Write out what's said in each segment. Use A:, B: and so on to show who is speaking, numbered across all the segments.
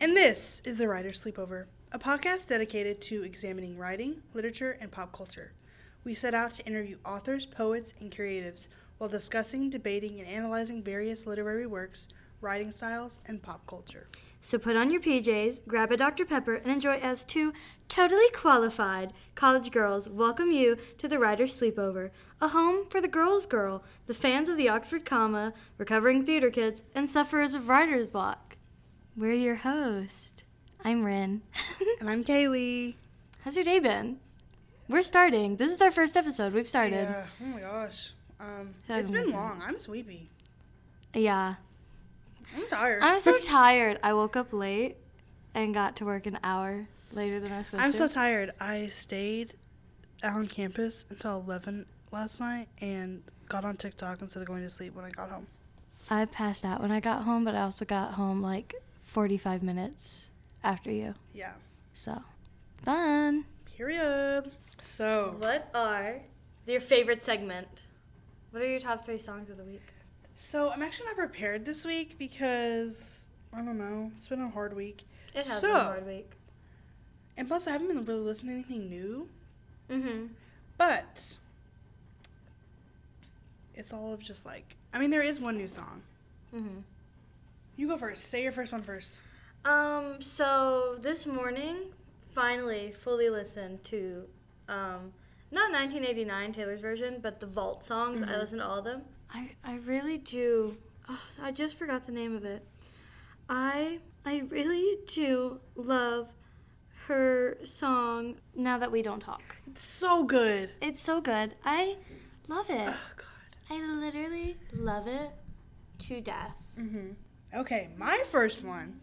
A: And this is The Writer's Sleepover, a podcast dedicated to examining writing, literature, and pop culture. We set out to interview authors, poets, and creatives while discussing, debating, and analyzing various literary works, writing styles, and pop culture.
B: So put on your PJs, grab a Dr. Pepper, and enjoy as two totally qualified college girls welcome you to the Writer's Sleepover, a home for the girls' girl, the fans of the Oxford comma, recovering theater kids, and sufferers of writer's block. We're your host. I'm Rin.
A: And I'm Kaylee.
B: How's your day been? We're starting. This is our first episode. We've started.
A: Yeah. Oh my gosh. Um,
B: That
A: it's
B: was
A: been
B: Oh my
A: long. I'm sleepy.
B: Yeah.
A: I'm tired.
B: I'm so tired. I woke up late and got to work an hour later than I was supposed
A: I'm
B: to.
A: so tired. I stayed on campus until 11 last night and got on TikTok instead of going to sleep when I got home.
B: I passed out when I got home, but I also got home like 45 minutes after you.
A: Yeah.
B: So, fun.
A: Period. So,
B: What are your favorite segment? What are your top three songs of the week?
A: so I'm actually not prepared this week because I don't know. It's been a hard week,
B: It has
A: So-
B: been a hard week.
A: and plus I haven't been really listening to anything new.
B: Mm-hmm.
A: But it's all of just like I mean, there is one new song.
B: Mm-hmm.
A: You go first. Say your first one first.
B: Um. So this morning, finally, fully listened to, um, not 1989 Taylor's version, but the Vault songs. I listened to all of them. Mm-hmm. I I really do. Oh, I just forgot the name of it. I I really do love her song. Now that we don't talk,
A: It's so good.
B: it's so good. I love it.
A: Oh God.
B: I literally love it to death.
A: Mhm. Okay, my first one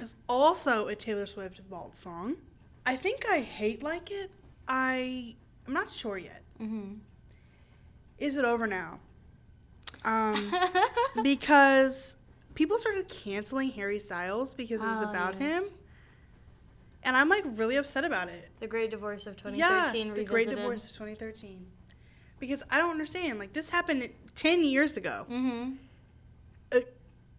A: is also a Taylor Swift vault song. I think I hate like it. I I'm not sure yet.
B: Mm-hmm.
A: Is it over now? Um. because people started canceling Harry Styles because it was
B: Oh,
A: about
B: yes.
A: him. And I'm like really upset about it.
B: the Great Divorce of
A: Yeah,
B: 2013
A: the Great Divorce of 2013. Because I don't understand. Like this happened 10 years ago.
B: Mm-hmm.
A: Uh,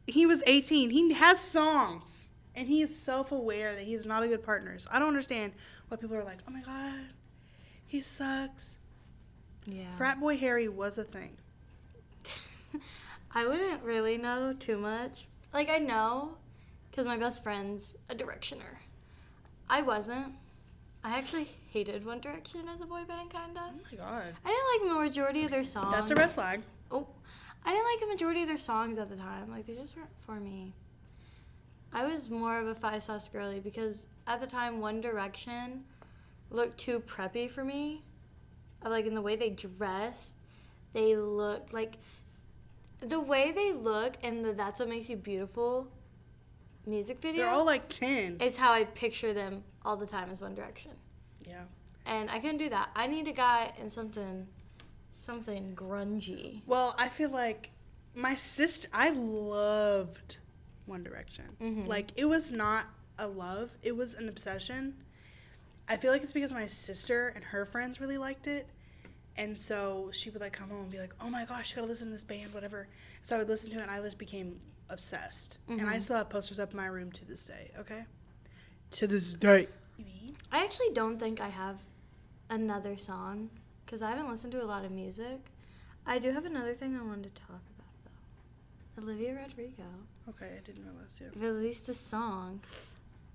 A: he was 18. He has songs, and he is self-aware that he's not a good partner. So I don't understand why people are like, "Oh my god, he sucks."
B: Yeah.
A: Frat boy Harry was a thing.
B: I wouldn't really know too much. Like I know, because my best friend's a Directioner. I wasn't. I actually hated One Direction as a boy band, kinda.
A: Oh my god,
B: I didn't like a majority of their songs.
A: that's a red flag.
B: Oh, I didn't like a majority of their songs at the time. Like they just weren't for me. I was more of a Five Sauce girly because at the time One Direction looked too preppy for me. I Like in the way they dressed, they looked like the way they look and the "That's What Makes You Beautiful" music video
A: They're all like 10.
B: is how I picture them all the time as One Direction.
A: Yeah.
B: And I couldn't do that. I need a guy in something, something grungy.
A: Well, I feel like my sister. I loved One Direction. Like it was not a love; it was an obsession. I feel like it's because my sister and her friends really liked it, and so she would like come home and be like, "Oh my gosh, you gotta listen to this band, whatever." So I would listen to it, and I just became obsessed. And I still have posters up in my room to this day. Okay, to this day.
B: I actually don't think I have another song because I haven't listened to a lot of music. I do have another thing I wanted to talk about though. Olivia Rodrigo
A: Okay, I didn't realize you.
B: released a song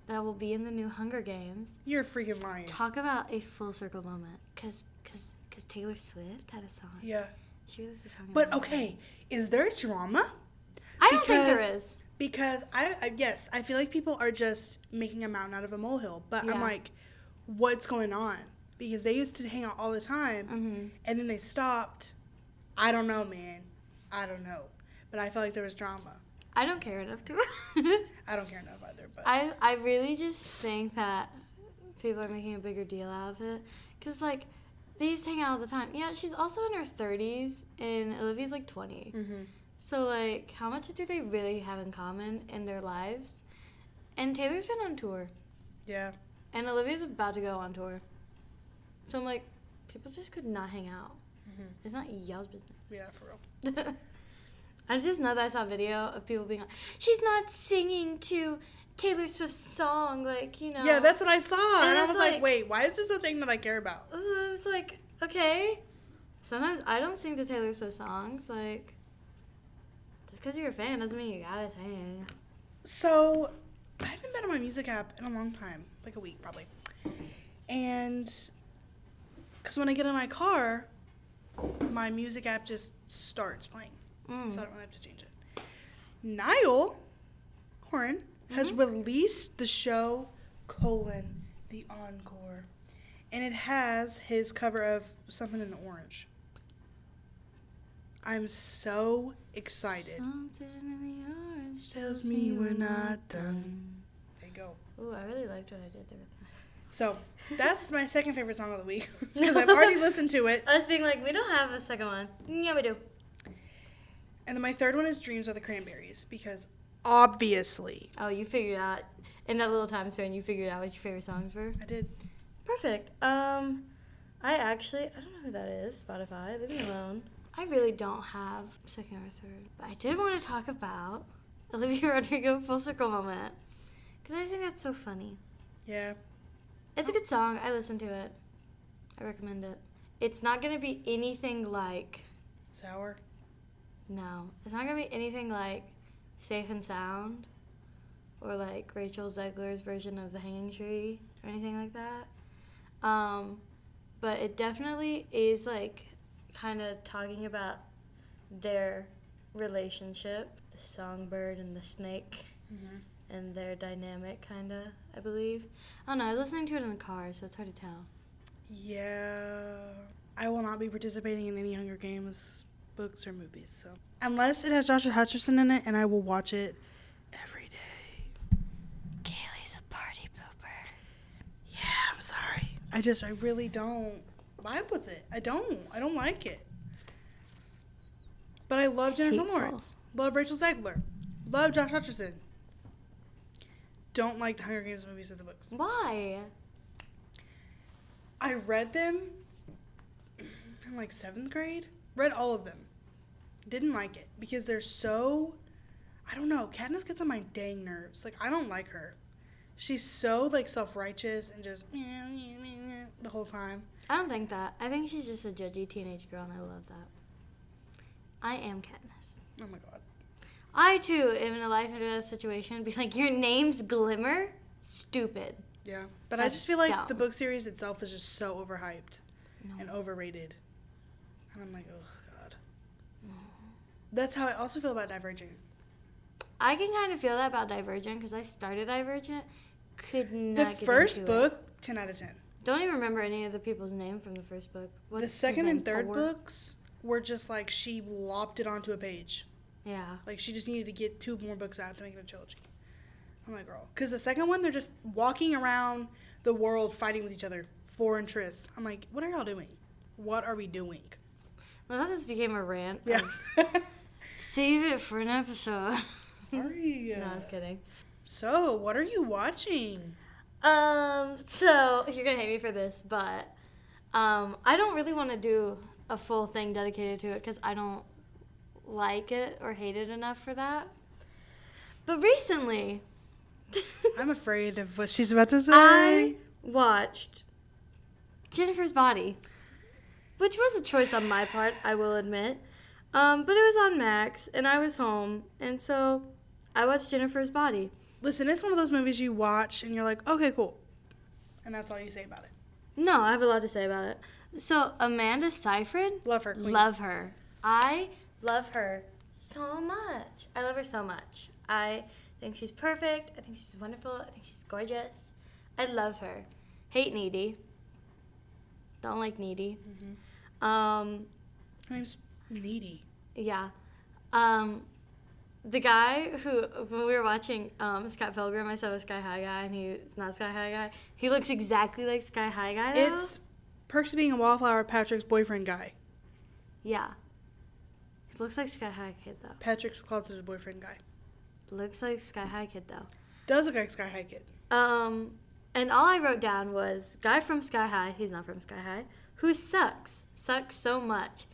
B: that will be in the new Hunger Games.
A: You're freaking lying.
B: Talk about a full circle moment because cause, 'cause Taylor Swift had a song.
A: Yeah,
B: She released a song. in
A: but
B: Hunger
A: okay, is there drama?
B: Games. I don't think
A: because-
B: there is.
A: because I, I yes i feel like people are just making a mountain out of a molehill but
B: Yeah.
A: i'm like what's going on because they used to hang out all the time
B: Mhm.
A: and then they stopped i don't know man i don't know but i felt like there was drama
B: I don't care enough to.
A: i don't care enough either but
B: I I really just think that people are making a bigger deal out of it because like they used to hang out all the time. Yeah, she's also in her thirties and Olivia's like 20
A: Mhm.
B: So like, how much do they really have in common in their lives? And Taylor's been on tour,
A: yeah
B: and Olivia's about to go on tour. So I'm like, people just could not hang out.
A: Mhm.
B: It's not y'all's business.
A: yeah for real
B: I just know that I saw a video of people being like, she's not singing to Taylor Swift's song, like, you know.
A: Yeah, that's what I saw. And, I
B: it's
A: was like,
B: like-
A: wait, why is this a thing that I care about?
B: Uh, it's like, okay. Sometimes I don't sing to Taylor Swift songs. Like, just because you're a fan doesn't mean you gotta sing.
A: So, I haven't been on my music app in a long time, like a week probably. And because when I get in my car, my music app just starts playing,
B: Mm.
A: so I don't really have to change it. Niall Horan has released the show colon the encore, and it has his cover of something in the orange. I'm so excited.
B: Something in the orange
A: Tells me we're not done. There you go.
B: Ooh, I really liked what I did there.
A: So that's my second favorite song of the week because I've already listened to it.
B: Us being like, we don't have a second one. Yeah, we do.
A: And then my third one is Dreams by the Cranberries because obviously
B: Oh, you figured out in that little time span. You figured out what your favorite songs were.
A: I did.
B: Perfect. Um, I actually I don't know who that is. Spotify, leave me alone. I really don't have second or third, but I did want to talk about Olivia Rodrigo full circle moment because I think that's so funny.
A: Yeah.
B: It's a good song. I listen to it. I recommend it. It's not gonna be anything like
A: Sour.
B: no. It's not gonna be anything like Safe and Sound or like Rachel Zegler's version of The Hanging Tree or anything like that. Um, but it definitely is like kind of talking about their relationship, the songbird and the snake
A: Mhm.
B: and their dynamic kind of, I believe. I don't know. I was listening to it in the car, so it's hard to tell.
A: Yeah. I will not be participating in any Hunger Games books or movies. So unless it has Joshua Hutcherson in it, and I will watch it every day.
B: Kaylee's a party pooper.
A: Yeah. I'm sorry. I just I really don't vibe with it. I don't. I don't like it. But I love Jennifer
B: Hateful.
A: Lawrence. Love Rachel Zegler. Love Josh Hutcherson. Don't like the Hunger Games movies or the books.
B: Why?
A: I read them in like seventh grade. Read all of them. Didn't like it because they're so. I don't know. Katniss gets on my dang nerves. Like I don't like her. She's so like self righteous and just the whole time.
B: I don't think that. I think she's just a judgy teenage girl, and I love that. I am Katniss.
A: Oh my god.
B: I too am in a life and death situation. Be like, your name's Glimmer. Stupid.
A: Yeah, but I
B: That's
A: just feel like the
B: dumb.
A: book series itself is just so overhyped
B: No.
A: and overrated, and I'm like, oh god. That's how I also feel about Divergent.
B: I can kind of feel that about Divergent because I started Divergent, could not.
A: The
B: get
A: first
B: into it.
A: book, ten out of ten.
B: Don't even remember any of the people's name from the first book. What's
A: the
B: his
A: second
B: name?
A: and third
B: Thor?
A: books were just like she lopped it onto a page.
B: Yeah.
A: Like she just needed to get two more books out to make it a trilogy. I'm like, girl, because the second one they're just walking around the world fighting with each other for interests. I'm like, what are y'all doing? What are we doing?
B: Well, that just became a rant.
A: Yeah.
B: Save it for an episode.
A: Sorry.
B: no, I was kidding.
A: So, what are you watching?
B: Um, so you're gonna hate me for this, but um, I don't really want to do a full thing dedicated to it because I don't like it or hate it enough for that. But recently,
A: I'm afraid of what she's about to say.
B: I watched Jennifer's Body, which was a choice on my part, I will admit. Um, but it was on Max, and I was home, and so I watched Jennifer's Body.
A: Listen, it's one of those movies you watch and you're like, okay, cool. And that's all you say about it.
B: No, I have a lot to say about it. So Amanda Seyfried.
A: Love her, Queen.
B: Love her. I love her so much. I love her so much. I think she's perfect. I think she's wonderful. I think she's gorgeous. I love her. Hate needy. Don't like needy. Um,
A: Her name's Needy.
B: yeah. Um, the guy who, when we were watching um, Scott Pilgrim, I saw a Sky High guy, and he's not Sky High guy. He looks exactly like Sky High guy. Though.
A: It's Perks of Being a Wallflower, Patrick's boyfriend guy.
B: yeah. He looks like Sky High Kid though.
A: Patrick's closeted boyfriend guy.
B: Looks like Sky High Kid though.
A: Does look like Sky High Kid.
B: Um, and all I wrote down was guy from Sky High. He's not from Sky High. Who sucks? Sucks so much.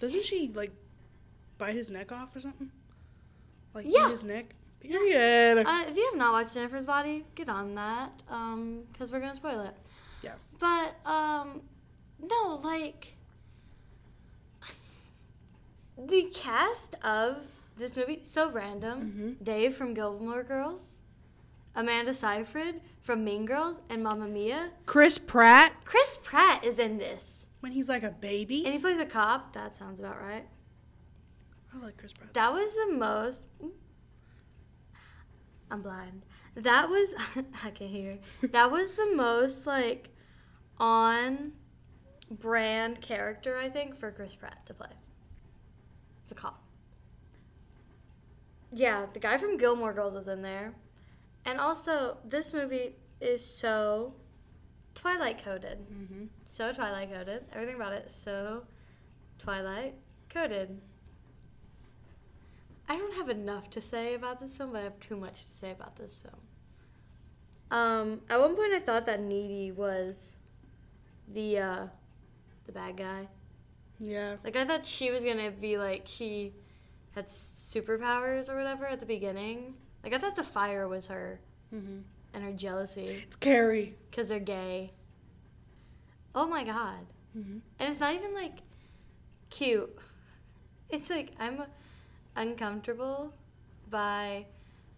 A: Doesn't she, like, bite his neck off or something? Like
B: Yeah.
A: eat his neck?
B: Yeah.
A: Period.
B: Uh, if you have not watched Jennifer's Body, get on that, um, because we're gonna spoil it.
A: Yeah.
B: But um, no, like the cast of this movie so random.
A: Mhm.
B: Dave from Gilmore Girls, Amanda Seyfried from Mean Girls, and Mamma Mia.
A: Chris Pratt
B: Chris Pratt is in this,
A: when he's like a baby.
B: and he plays a cop. That sounds about right.
A: I like Chris Pratt.
B: That was the most. I'm blind. That was. I can't hear. That was the most, like, on brand character, I think, for Chris Pratt to play. It's a cop. Yeah, the guy from Gilmore Girls is in there. And also, this movie is so Twilight coded.
A: hmm
B: So Twilight coded. Everything about it is so Twilight coded. I don't have enough to say about this film, but I have too much to say about this film. Um, at one point, I thought that Needy was the uh, the bad guy.
A: Yeah.
B: Like I thought she was gonna be like she had superpowers or whatever at the beginning. Like I thought the fire was her
A: hmm
B: and her jealousy
A: It's Carrie.
B: because they're gay. Oh my god.
A: hmm
B: And it's not even like cute. It's like I'm uncomfortable by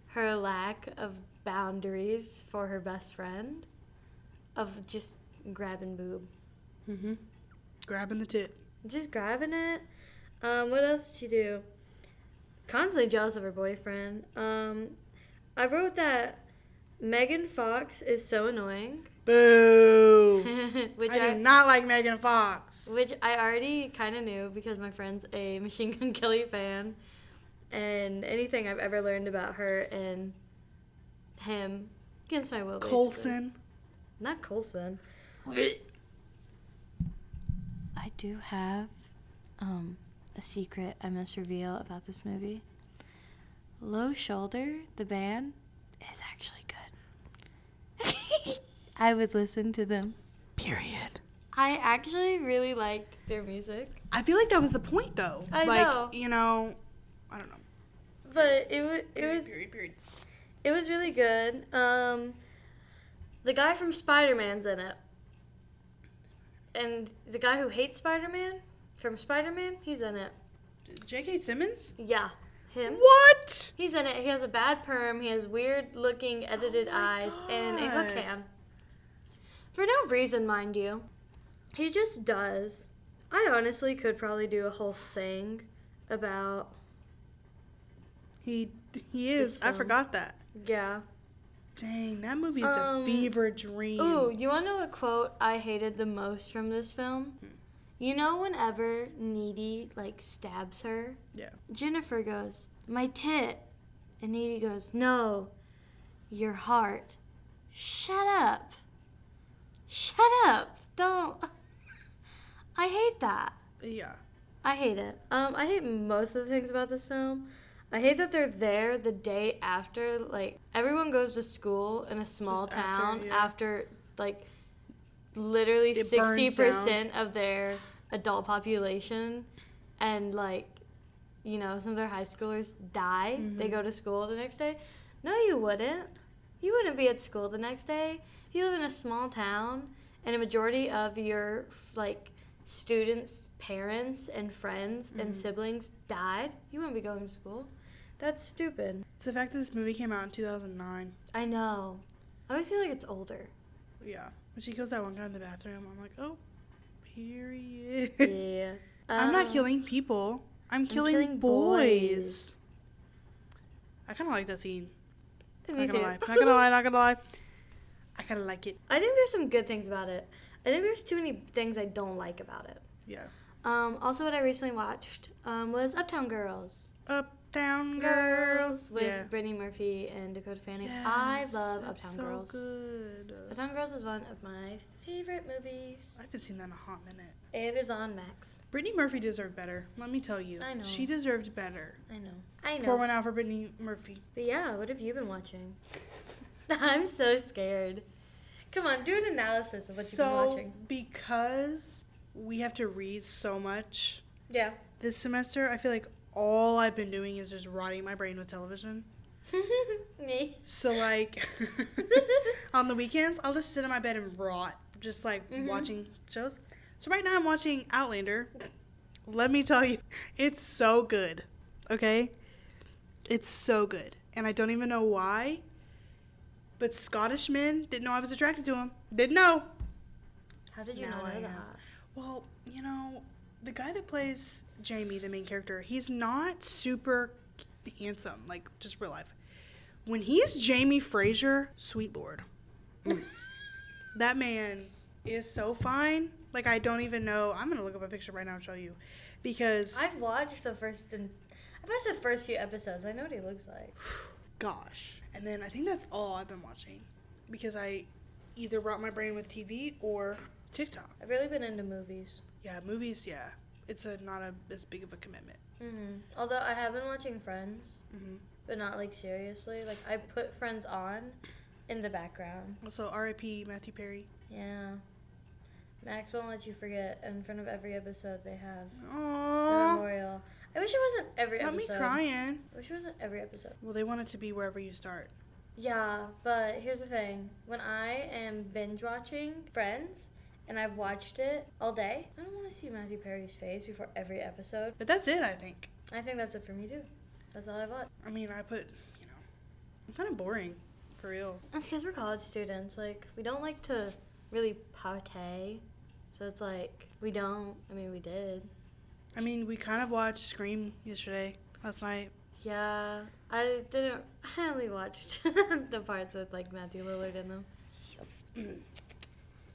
B: her lack of boundaries for her best friend of just grabbing boob.
A: hmm Grabbing the tit.
B: Just grabbing it. Um, what else did she do? Constantly jealous of her boyfriend. Um, I wrote that Megan Fox is so annoying.
A: Boo.
B: which
A: I do not like Megan Fox.
B: Which I already kind of knew because my friend's a Machine Gun Kelly fan, and anything I've ever learned about her and him against my will. basically.
A: Colson.
B: not Colson. I do have um, a secret I must reveal about this movie. Low Shoulder, the band, is actually good. I would listen to them.
A: Period.
B: I actually really liked their music.
A: I feel like that was the point though.
B: I
A: like,
B: know.
A: you know, I don't know.
B: But it, wa it was
A: period, period.
B: it was really good. Um, the guy from Spider Man's in it, and the guy who hates Spider Man from Spider Man, he's in it.
A: J.K. Simmons?
B: Yeah, him.
A: What?
B: He's in it. He has a bad perm. He has weird looking edited
A: Oh my
B: eyes and a hook
A: God.
B: hand. For no reason, mind you. He just does. I honestly could probably do a whole thing about
A: He he is.
B: This
A: I
B: film.
A: forgot that.
B: yeah.
A: Dang, that movie is
B: Um,
A: a fever dream.
B: Ooh, you want to know what quote I hated the most from this film? You know, whenever Needy like stabs her,
A: Yeah.
B: Jennifer goes, "My tit," and Needy goes, "No, your heart." Shut up. Shut up. Don't. I hate that.
A: Yeah.
B: I hate it. Um, I hate most of the things about this film. I hate that they're there the day after. Like everyone goes to school in a small
A: Just after,
B: town after,
A: yeah.
B: like literally
A: It
B: sixty
A: burns
B: percent of their adult population, and like you know some of their high schoolers die. They
A: Mhm.
B: go to school the next day. No, you wouldn't. You wouldn't be at school the next day. You live in a small town, and a majority of your like students' parents and friends
A: Mm-hmm.
B: and siblings died. You wouldn't be going to school. That's stupid.
A: It's the fact that this movie came out in 2009.
B: I know. I always feel like it's older.
A: Yeah. When she kills that one guy in the bathroom, I'm like, oh, period.
B: yeah.
A: I'm not
B: Um,
A: killing people. I'm killing,
B: killing
A: boys.
B: boys.
A: I kind of like that scene.
B: me
A: Not gonna
B: too.
A: lie. Not gonna lie. Not gonna lie. I kind of like it.
B: I think there's some good things about it. I think there's too many things I don't like about it.
A: Yeah.
B: Um, also, what I recently watched um, was Uptown Girls.
A: Uptown
B: Girls
A: Girls
B: with
A: Yeah.
B: Brittany Murphy and Dakota Fanning. I
A: Yes,
B: love
A: that's
B: Uptown
A: so
B: Girls.
A: Good.
B: Uptown Girls is one of my favorite movies.
A: I haven't seen that in a hot minute.
B: It is on Max.
A: Brittany Murphy deserved better. Let me tell you.
B: I know.
A: She deserved better.
B: I know. I
A: Pour
B: know.
A: one out for Brittany Murphy.
B: But yeah, what have you been watching? I'm so scared. Come on, do an analysis of what you've been
A: so,
B: watching.
A: because we have to read so much
B: Yeah.
A: this semester, I feel like all I've been doing is just rotting my brain with television.
B: Me.
A: So like on the weekends, I'll just sit in my bed and rot, just like watching shows. So right now I'm watching Outlander. Let me tell you, it's so good. Okay? It's so good. And I don't even know why. But Scottish men didn't know I was attracted to him. Didn't know.
B: How did you
A: Now
B: not know
A: I am.
B: that?
A: Well, you know, the guy that plays Jamie, the main character, he's not super handsome, like just real life. When he's Jamie Fraser, sweet lord, Mm. that man is so fine. Like I don't even know. I'm gonna look up a picture right now and show you, because
B: I've watched the first and I've watched the first few episodes. I know what he looks like.
A: gosh. And then I think that's all I've been watching, because I either rot my brain with TV or TikTok.
B: I've really been into movies.
A: Yeah, movies. Yeah, it's a not a as big of a commitment.
B: hmm Although I have been watching Friends,
A: Mhm.
B: but not like seriously. Like I put Friends on in the background.
A: Also, R.I.P. Matthew Perry.
B: Yeah. Max won't let you forget. In front of every episode, they have the
A: Aww.
B: memorial. I wish it wasn't every
A: Not me
B: episode.
A: crying.
B: I wish it wasn't every episode.
A: Well, they want it to be wherever you start.
B: Yeah, but here's the thing. When I am binge watching Friends and I've watched it all day, I don't want to see Matthew Perry's face before every episode.
A: But that's it, I think.
B: I think that's it for me too. That's all I watch.
A: I mean, I put, you know, I'm kind of boring, for real.
B: That's because we're college students. Like, we don't like to really partay. So it's like, we don't. I mean, we did.
A: I mean, we kind of watched Scream yesterday, last night.
B: Yeah, I didn't. I only watched the parts with like Matthew Lillard in them.
A: Mm.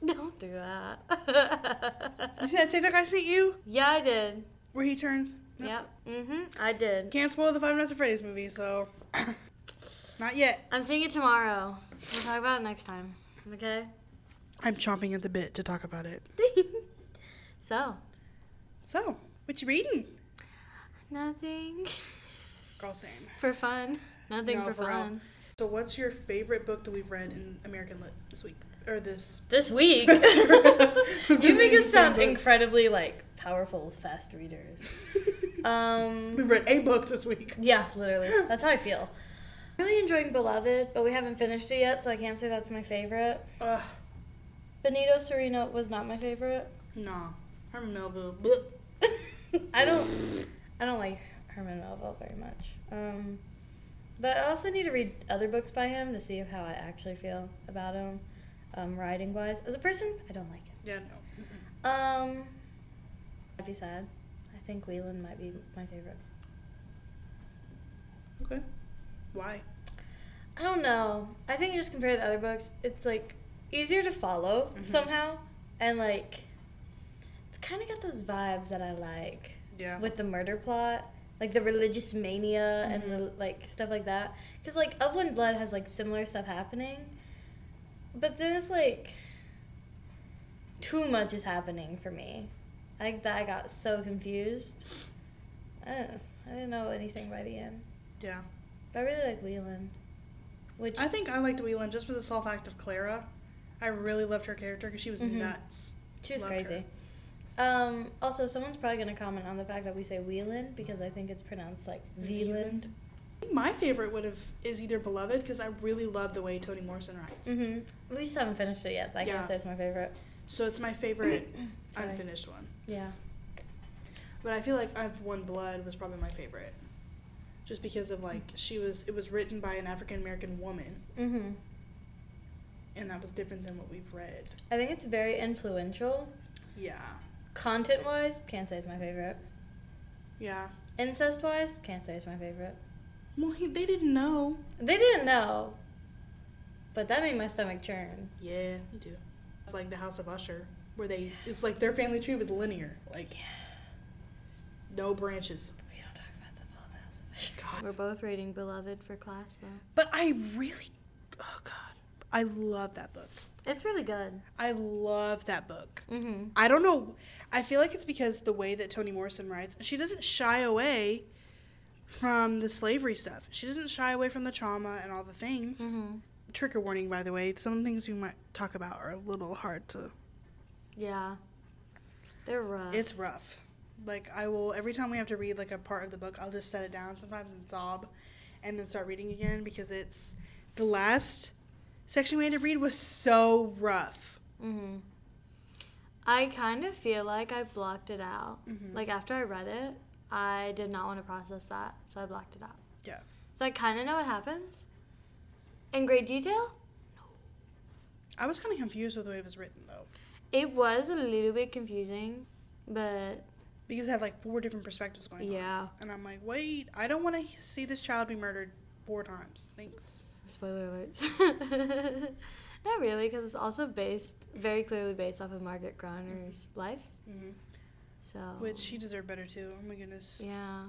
B: Don't do that.
A: You see that TikTok I sent you,
B: yeah, I did.
A: where he turns? Nope.
B: Yep. Mhm. I did.
A: Can't spoil the Five Nights at Freddy's movie, so not yet.
B: I'm seeing it tomorrow. We'll talk about it next time. Okay.
A: I'm chomping at the bit to talk about it.
B: so
A: So, what you reading?
B: nothing
A: Girl, same.
B: for fun. Nothing
A: No,
B: for,
A: for real.
B: fun.
A: So, what's your favorite book that we've read in American Lit this week or this
B: This week, you make us sound incredibly like powerful, fast readers. Um.
A: We read eight books this week.
B: Yeah, literally. That's how I feel. Really enjoying Beloved, but we haven't finished it yet, so I can't say that's my favorite.
A: Ugh,
B: Benito Sereno was not my favorite.
A: nah. Herman Melville. Blech.
B: I don't I don't like Herman Melville very much. Um but I also need to read other books by him to see how I actually feel about him, um, writing wise. As a person, I don't like him.
A: Yeah, no. Mm-mm.
B: Um, I'd be sad. I think Whelan might be my favorite.
A: Okay. Why?
B: I don't know. I think you just compare the other books. It's like easier to follow
A: Mhm.
B: somehow, and like it's kind of got those vibes that I like
A: Yeah.
B: with the murder plot, like the religious mania
A: Mhm.
B: and the like stuff like that. Because like Of One Blood has like similar stuff happening, but then it's like too much is happening for me. I that I got so confused. I, don't know. I didn't know anything by the end.
A: yeah.
B: But I really like Whelan. Which
A: I think I liked Whelan just for the sole fact of Clara. I really loved her character because she was
B: Mhm.
A: nuts.
B: She was
A: Loved her.
B: crazy. Um, also, someone's probably going to comment on the fact that we say Wheeland because I think it's pronounced like Veland.
A: My favorite would have is either Beloved because I really love the way Toni Morrison writes.
B: hmm We just haven't finished it yet. but I
A: Yeah.
B: can't say it's my favorite.
A: So it's my favorite
B: Sorry.
A: unfinished one.
B: Yeah.
A: But I feel like I've One Blood was probably my favorite, just because of like she was. It was written by an African American woman,
B: hmm
A: and that was different than what we've read.
B: I think it's very influential.
A: Yeah.
B: Content wise, can't say it's my favorite.
A: Yeah.
B: Incest wise, can't say it's my favorite.
A: Well, he, they didn't know.
B: They didn't know, but that made my stomach churn.
A: Yeah, me too. It's like the House of Usher, where they. It's like their family tree was linear, like no branches.
B: We don't talk about the fall
A: God.
B: We're both rating Beloved for class, though.
A: But I really, oh God, I love that book.
B: It's really good.
A: I love that book.
B: Mm-hmm.
A: I don't know. I feel like it's because the way that Toni Morrison writes, she doesn't shy away from the slavery stuff. She doesn't shy away from the trauma and all the things.
B: Mm-hmm.
A: Trigger warning, by the way. Some things we might talk about are a little hard to.
B: Yeah. They're rough.
A: It's rough. Like I will every time we have to read like a part of the book, I'll just set it down sometimes and sob, and then start reading again because it's the last section we had to read was so rough.
B: Mm-hmm. I kind of feel like I blocked it out.
A: Mhm.
B: Like after I read it, I did not want to process that, so I blocked it out.
A: Yeah.
B: So I kind of know what happens. In great detail,
A: I was kind of confused with the way it was written though,
B: it was a little bit confusing, but
A: because it had like four different perspectives going on.
B: yeah.
A: And I'm like, wait, I don't want to see this child be murdered four times. Thanks.
B: Spoiler alerts. Not really, because it's also based very clearly based off of Margaret Groner's life.
A: hmm
B: So
A: Which she deserved better too. Oh my goodness.
B: Mm-hmm. yeah,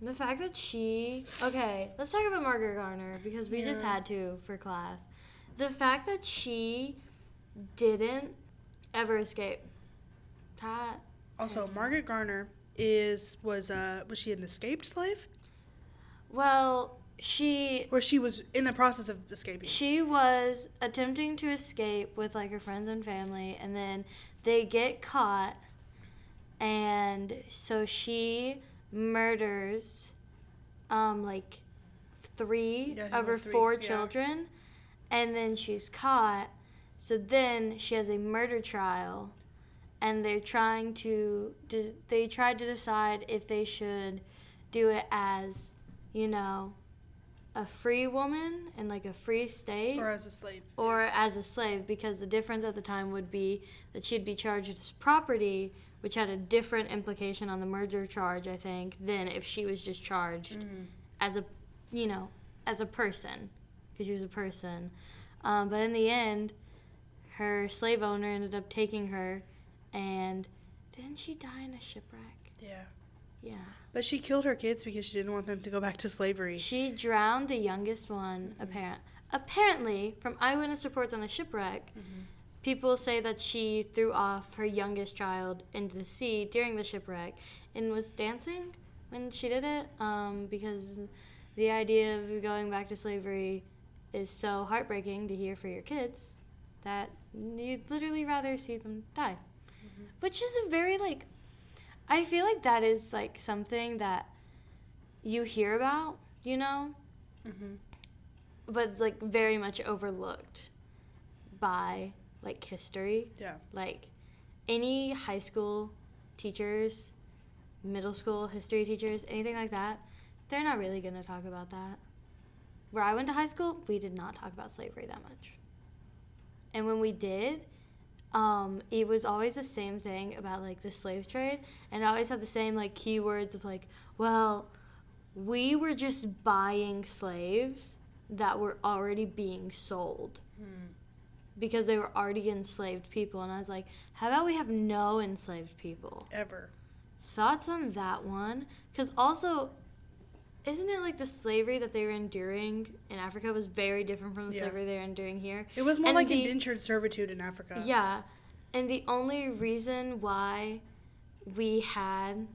B: the fact that she okay, let's talk about Margaret Garner because we just
A: Yeah.
B: had to for class. The fact that she didn't ever escape. That
A: Also, Margaret Garner is was uh was she an escaped slave
B: well, she
A: or she was in the process of escaping?
B: She was attempting to escape with like her friends and family, and then they get caught, and so she murders, um, like three
A: Yeah, I think
B: of
A: it was
B: her
A: three,
B: four
A: yeah.
B: children, and then she's caught. So then she has a murder trial, and they're trying to de- they tried to decide if they should do it as, you know, a free woman in like a free state
A: or
B: or,
A: as a slave.
B: as a slave because the difference at the time would be that she'd be charged as property, which had a different implication on the murder charge, I think, than if she was just charged
A: Mhm.
B: as a, you know, as a person because she was a person. Um, but in the end, her slave owner ended up taking her, and didn't she die in a shipwreck?
A: Yeah.
B: Yeah.
A: But she killed her kids because she didn't want them to go back to slavery.
B: She drowned the youngest one, apparent. Apparently, from eyewitness reports on the shipwreck, people say that she threw off her youngest child into the sea during the shipwreck and was dancing when she did it um, because the idea of going back to slavery is so heartbreaking to hear for your kids that you'd literally rather see them die. Which is a very, like, I feel like that is, like, something that you hear about, you know,
A: hmm
B: but it's like very much overlooked by like history.
A: Yeah.
B: Like any high school teachers, middle school history teachers, anything like that, they're not really going to talk about that. Where I went to high school, we did not talk about slavery that much. And when we did, um, it was always the same thing about like the slave trade, and I always had the same like keywords of like, well, we were just buying slaves that were already being sold
A: Hmm.
B: because they were already enslaved people. And I was like, how about we have no enslaved people?
A: Ever.
B: Thoughts on that one? Because also, isn't it like the slavery that they were enduring in Africa was very different from the
A: Yeah.
B: slavery they were enduring here?
A: It was more
B: And
A: like
B: the-
A: indentured servitude in Africa.
B: Yeah. And the only reason why we had.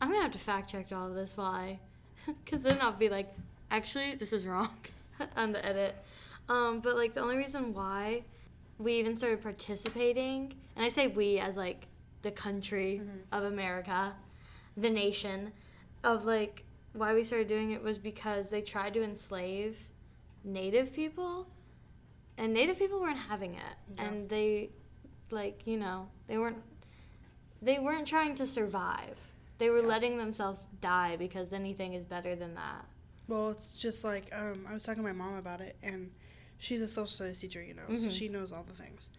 B: I'm going to have to fact check all of this. Why? Because then I'll be like, actually, this is wrong on the edit. Um, but like, the only reason why we even started participating, and I say we as like the country of America, the nation, of like why we started doing it was because they tried to enslave native people and native people weren't having it
A: Yeah.
B: and they like you know they weren't they weren't trying to survive they were
A: Yeah.
B: letting themselves die because anything is better than that
A: Well, it's just like um, I was talking to my mom about it, and she's a social studies teacher, you know, so
B: Mhm.
A: she knows all the things.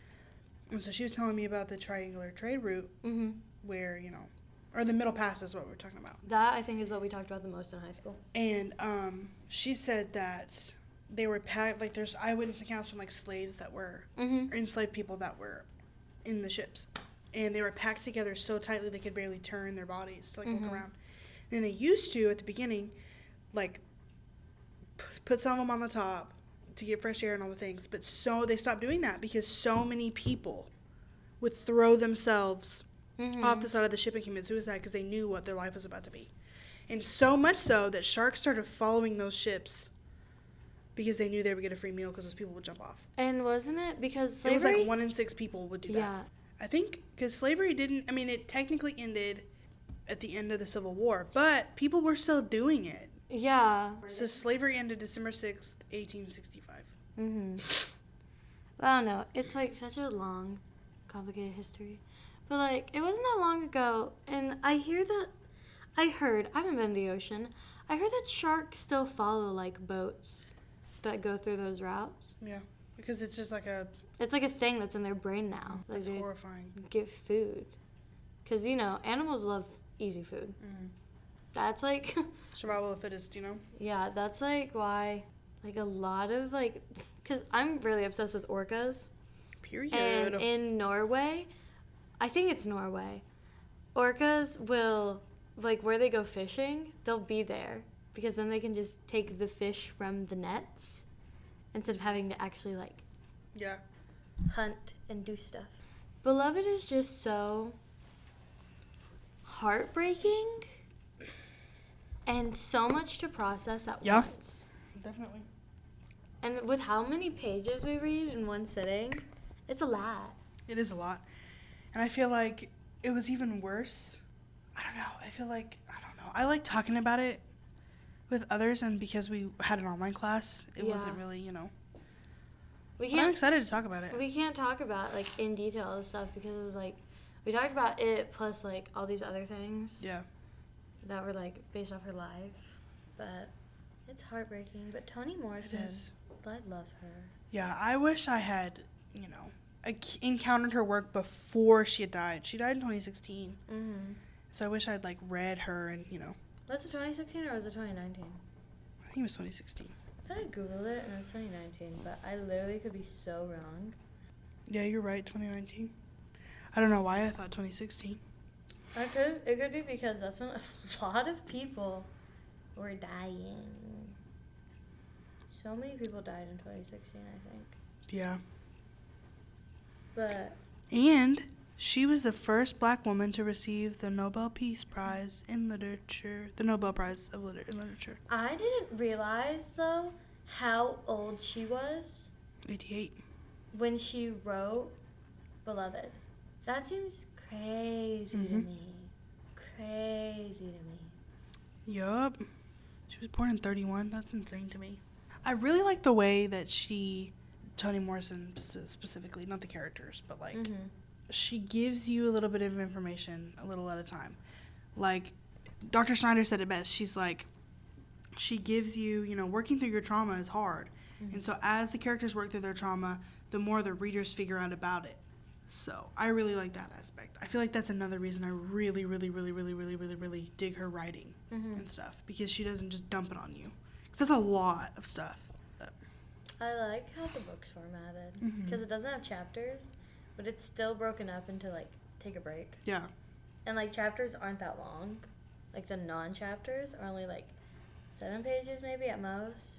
A: And so she was telling me about the triangular trade route,
B: mm-hmm.
A: where you know, or the Middle Pass is what we're talking about.
B: that i think is what we talked about the most in high school
A: And um, she said that they were packed like there's eyewitness accounts from like slaves that were
B: mm-hmm.
A: or enslaved people that were in the ships, and they were packed together so tightly they could barely turn their bodies to like
B: Mhm.
A: look around. Then they used to at the beginning, like p- put some of them on the top to get fresh air and all the things, but so they stopped doing that because so many people would throw themselves
B: Mm-hmm.
A: off the side of the ship and commit suicide because they knew what their life was about to be. And so much so that sharks started following those ships because they knew they would get a free meal because those people would jump off.
B: and wasn't it because
A: It was
B: slavery
A: like one in six people would do that.
B: yeah
A: I think because slavery didn't. I mean, it technically ended at the end of the Civil War, but people were still doing it.
B: Yeah.
A: So slavery ended December 6th, 1865.
B: Mm-hmm. I don't know. It's like such a long, complicated history. But like, it wasn't that long ago, and I hear that. I heard, I haven't been to the ocean. I heard that sharks still follow like boats that go through those routes.
A: Yeah. Because it's just like a.
B: It's like a thing that's in their brain now. Like
A: That's
B: they
A: horrifying.
B: get food. Because, you know, animals love easy food.
A: Mm.
B: That's like,
A: Survival of the fittest, you know?
B: yeah, that's like why, like a lot of like, because I'm really obsessed with orcas.
A: Period.
B: And in Norway, I think it's Norway, orcas will, like, where they go fishing, they'll be there because then they can just take the fish from the nets instead of having to actually, like,
A: yeah.
B: hunt and do stuff. Beloved is just so heartbreaking and so much to process at
A: Yeah.
B: once.
A: Definitely.
B: And with how many pages we read in one sitting, it's a lot.
A: It is a lot. And I feel like it was even worse. I don't know. I feel like, I don't know. I like talking about it with others, and because we had an online class, it
B: Yeah.
A: wasn't really, you know. But
B: We
A: I'm
B: can't
A: excited to talk about it.
B: we can't talk about like in detail the stuff because it's like we talked about it plus like all these other things
A: Yeah.
B: that were like based off her life. But it's heartbreaking. But Toni
A: It
B: Morrison,
A: is.
B: I love her.
A: Yeah, I wish I had, you know, ac- encountered her work before she had died. She died in 2016,
B: Mm-hmm.
A: so I wish I'd like read her and you know,
B: Was it 2016 or was it 2019?
A: I think it was 2016.
B: I thought I googled it and it was 2019, but I literally could be so wrong.
A: Yeah, you're right, 2019. I don't know why I thought 2016.
B: I could. It could be because that's when a lot of people were dying. So many people died in 2016, I think.
A: Yeah,
B: But
A: and she was the first Black woman to receive the Nobel Peace Prize in literature, the Nobel Prize of liter- in literature,
B: I didn't realize though how old she was
A: 88.
B: when she wrote Beloved. That seems crazy to
A: Mhm.
B: me. Crazy to me.
A: Yup. She was born in 31. That's insane to me. I really like the way that she, Toni Morrison spe- specifically, not the characters, but like,
B: Mhm.
A: she gives you a little bit of information a little at a time. Like, Dr. Snyder said it best. She's like, she gives you, you know, working through your trauma is hard. And so as the characters work through their trauma, the more the readers figure out about it. So I really like that aspect. I feel like that's another reason I really, really, really, really, really, really, really dig her writing
B: Mm-hmm. Mm.
A: and stuff because she doesn't just dump it on you. Because that's a lot of stuff.
B: I like how the book's formatted
A: Mhm.
B: because it doesn't have chapters, but it's still broken up into like take a break.
A: Yeah.
B: And like chapters aren't that long. Like the non chapters are only like seven pages maybe at most.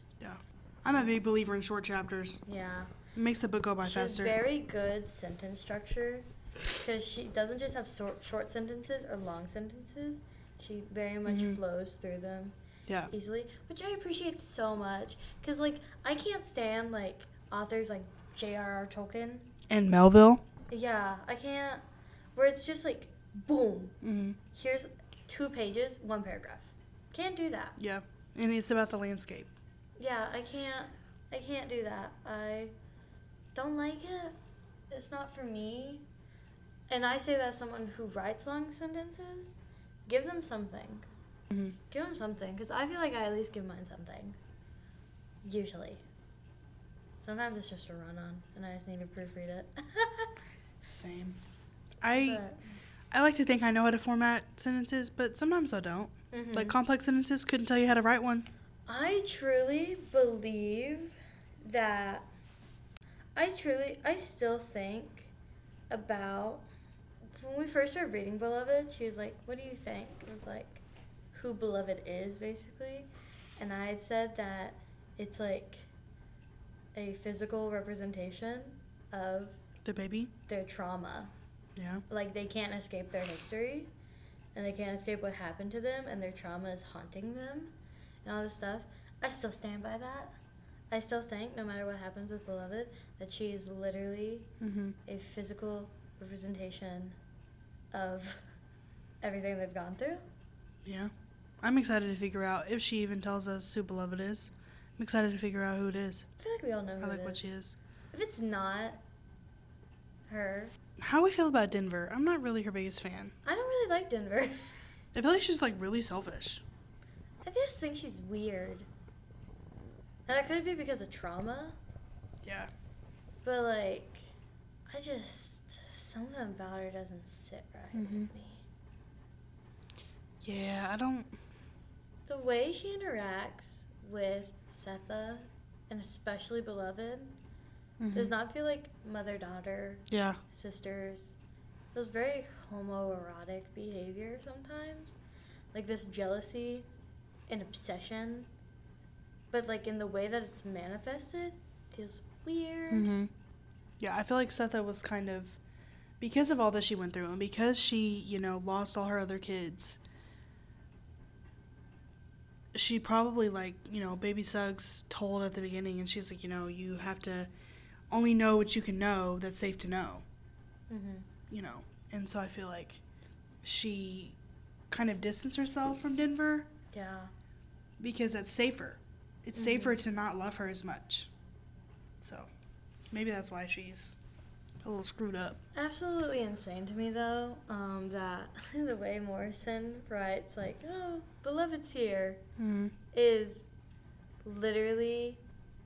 A: I'm a big believer in short chapters.
B: Yeah.
A: It makes the book go by
B: She has
A: faster.
B: very good sentence structure because she doesn't just have sor- short sentences or long sentences. She very much
A: Mhm.
B: flows through them
A: yeah.
B: easily, which I appreciate so much. Because like I can't stand like authors like J.R.R. Tolkien.
A: And Melville.
B: Yeah, I can't. Where it's just like, boom,
A: Mm-hmm.
B: here's two pages, one paragraph. Can't do that.
A: Yeah. And it's about the landscape.
B: Yeah, I can't. I can't do that. I don't like it. It's not for me. And I say that as someone who writes long sentences, give them something.
A: hmm
B: Give them something, because I feel like I at least give mine something. Usually. Sometimes it's just a run on, and I just need to proofread it.
A: Same. I
B: But-
A: I like to think I know how to format sentences, but sometimes I don't.
B: Mhm.
A: Like complex sentences, couldn't tell you how to write one.
B: I truly believe that I truly I still think about when we first started reading Beloved, she was like, What do you think? It was like who Beloved is basically. And I had said that it's like a physical representation of
A: The baby.
B: their trauma.
A: Yeah.
B: Like they can't escape their history and they can't escape what happened to them and their trauma is haunting them and all this stuff. I still stand by that. I still think, no matter what happens with Beloved, that she is literally
A: Mm-hmm.
B: a physical representation of everything they've gone through.
A: Yeah. I'm excited to figure out if she even tells us who Beloved is. I'm excited to figure out who it is.
B: I feel like we all know who
A: I
B: it
A: like what
B: is.
A: she is.
B: If it's not her,
A: How we feel about Denver. I'm not really her biggest fan.
B: I don't really like Denver.
A: I feel like she's like really selfish.
B: I just think she's weird. And that could be because of trauma,
A: Yeah.
B: but like, I just, something about her doesn't sit right with
A: Mhm.
B: me.
A: Yeah, I don't.
B: The way she interacts with Setha, and especially Beloved, does
A: Mhm.
B: not feel like mother daughter,
A: Yeah.
B: sisters. It was very homoerotic behavior sometimes. Like this jealousy and obsession. But like in the way that it's manifested, feels weird.
A: hmm Yeah, I feel like Setha was kind of because of all that she went through, and because she, you know, lost all her other kids. She probably like you know, Baby Suggs told at the beginning, and she's like, you know, you have to only know what you can know that's safe to know,
B: Mm-hmm.
A: you know. And so I feel like she kind of distanced herself from Denver
B: Yeah.
A: because that's safer. It's
B: Mhm.
A: safer to not love her as much. So maybe that's why she's a little screwed up.
B: Absolutely insane to me though, um, that the way Morrison writes like, Oh, beloved's here
A: Mm-hmm.
B: is literally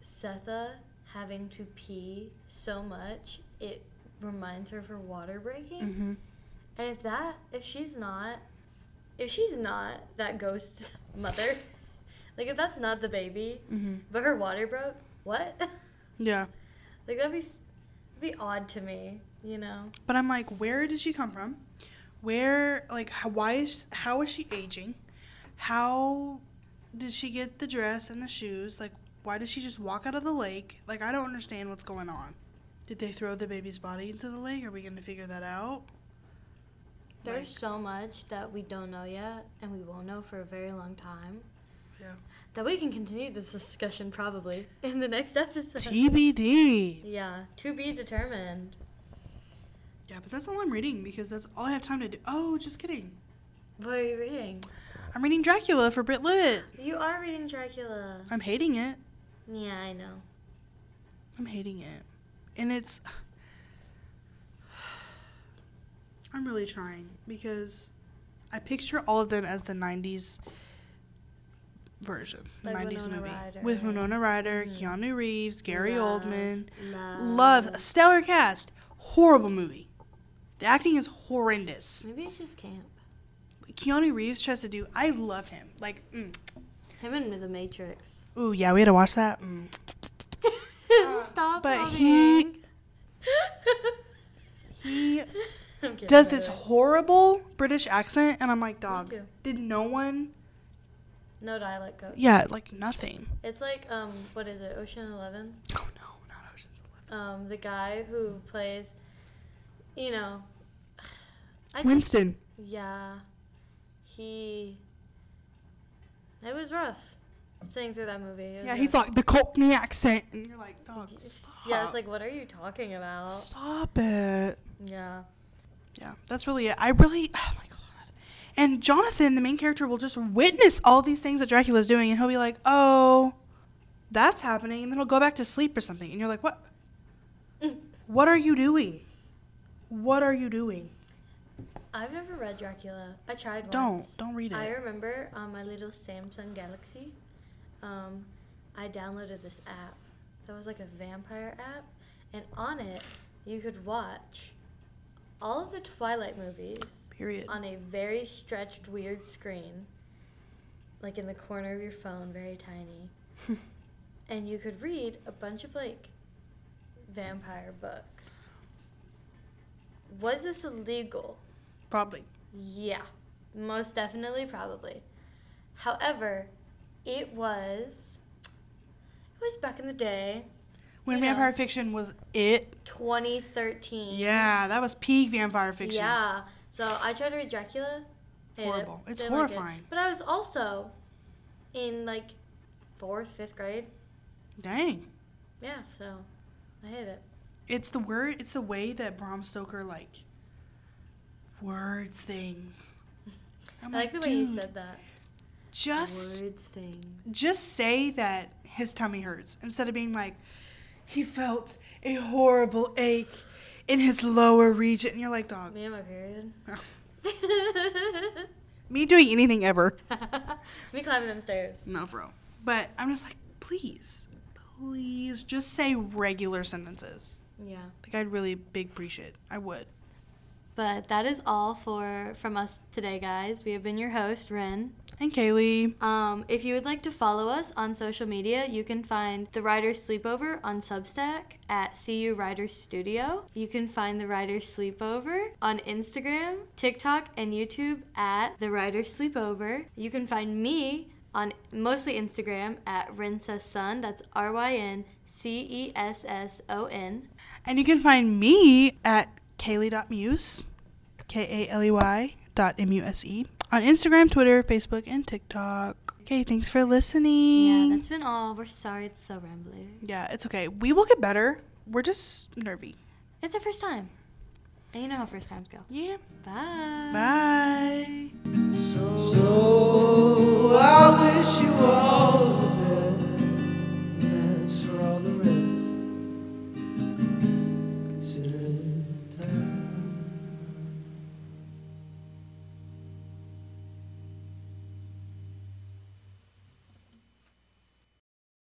B: Setha having to pee so much it reminds her of her water breaking.
A: Mm-hmm.
B: And if that, if she's not, if she's not that ghost mother, like if that's not the baby,
A: Mm-hmm.
B: but her water broke, what?
A: Yeah,
B: like that'd be, s- be odd to me, you know?
A: but I'm like, where did she come from? Where, like, how, why is how is she aging? How did she get the dress and the shoes? Like, why did she just walk out of the lake? Like, I don't understand what's going on. Did they throw the baby's body into the lake? Are we going to figure that out?
B: There's
A: Like-
B: so much that we don't know yet, and we won't know for a very long time.
A: Yeah.
B: That we can continue this discussion probably in the next episode.
A: TBD.
B: yeah, to be determined.
A: Yeah, but that's all I'm reading because that's all I have time to do. Oh, just kidding.
B: What are you reading?
A: I'm reading Dracula for Brit Lit.
B: You are reading Dracula.
A: I'm hating it.
B: Yeah, I know.
A: I'm hating it. And it's. I'm really trying because I picture all of them as the 90s version, the
B: Like
A: 90s
B: Winona
A: movie.
B: Ryder Mm-hmm.
A: With
B: and-
A: Winona Ryder, Keanu Reeves, Gary
B: Love,
A: Oldman.
B: Love.
A: Love. a Stellar cast. Horrible movie. The acting is horrendous.
B: Maybe it's just camp.
A: Keanu Reeves tries to do. I love him. Like, mm.
B: Him and The Matrix.
A: ooh, yeah, we had to watch that. Mm.
B: Stop.
A: But
B: copying.
A: he he
B: I'm kidding,
A: does
B: by the
A: this
B: way.
A: horrible British accent, and I'm like, dog,
B: too.
A: did no one?
B: no dialect code.
A: Yeah, like nothing.
B: It's like um, what is it? Ocean Eleven.
A: Oh no, not Ocean's Eleven.
B: Um, the guy who plays, you know, I just-
A: Winston.
B: yeah, he. It was rough, sitting through that movie. It was
A: Yeah, he's
B: rough.
A: like the Cockney accent, and you're like, dog, stop.
B: Yeah, it's like, what are you talking about?
A: stop it.
B: Yeah.
A: Yeah, that's really it. I really, oh my god. And Jonathan, the main character, will just witness all these things that Dracula's doing, and he'll be like, "Oh, that's happening," and then he'll go back to sleep or something, and you're like, "What? What are you doing? What are you doing?
B: I've never read Dracula. I tried
A: Don't,
B: once.
A: don't read it."
B: I remember on my little Samsung Galaxy, um, I downloaded this app that was like a vampire app, and on it you could watch all of the Twilight movies
A: Period.
B: on a very stretched, weird screen, like in the corner of your phone, very tiny, and you could read a bunch of like vampire books. Was this illegal?
A: Probably.
B: Yeah, most definitely, probably. However, it was it was back in the day,
A: When
B: You know.
A: vampire fiction was it?
B: 2013.
A: Yeah, that was peak vampire fiction.
B: Yeah. So I tried to read Dracula. Hated it.
A: Horrible. It's
B: Didn't like it.
A: horrifying.
B: But I was also in like fourth, fifth grade.
A: Dang.
B: Yeah. So I hate it.
A: It's the word. It's the way that Bram Stoker like words things. I'm
B: I like the way you said that.
A: Just
B: Words thing.
A: just say that his tummy hurts instead of being like he felt a horrible ache in his lower region. And you're like, dog.
B: Me and my period.
A: Me doing anything ever.
B: Me climbing them stairs.
A: No, bro. But I'm just like, please, please, just say regular sentences.
B: Yeah.
A: Like I'd really big appreciate. I would.
B: But that is all for from us today, guys. We have been your host, Ren.
A: And Kaylee.
B: Um, if you would like to follow us on social media, you can find The Writer's Sleepover on Substack at CU Writers Studio. You can find The Writer's Sleepover on Instagram, TikTok, and YouTube at The Writer's Sleepover. You can find me on mostly Instagram at Rincesson. That's R Y N C E S S O N.
A: And you can find me at Kaylee.muse, K A L E Y dot M U S E, on Instagram, Twitter, Facebook, and TikTok. Okay, thanks for
B: Yeah,
A: listening.
B: that's been all. We're sorry it's so rambly.
A: Yeah, it's okay. We will get better. We're just nervy.
B: It's our first time. And you know how first times go.
A: Yeah.
B: Bye.
A: Bye.
C: So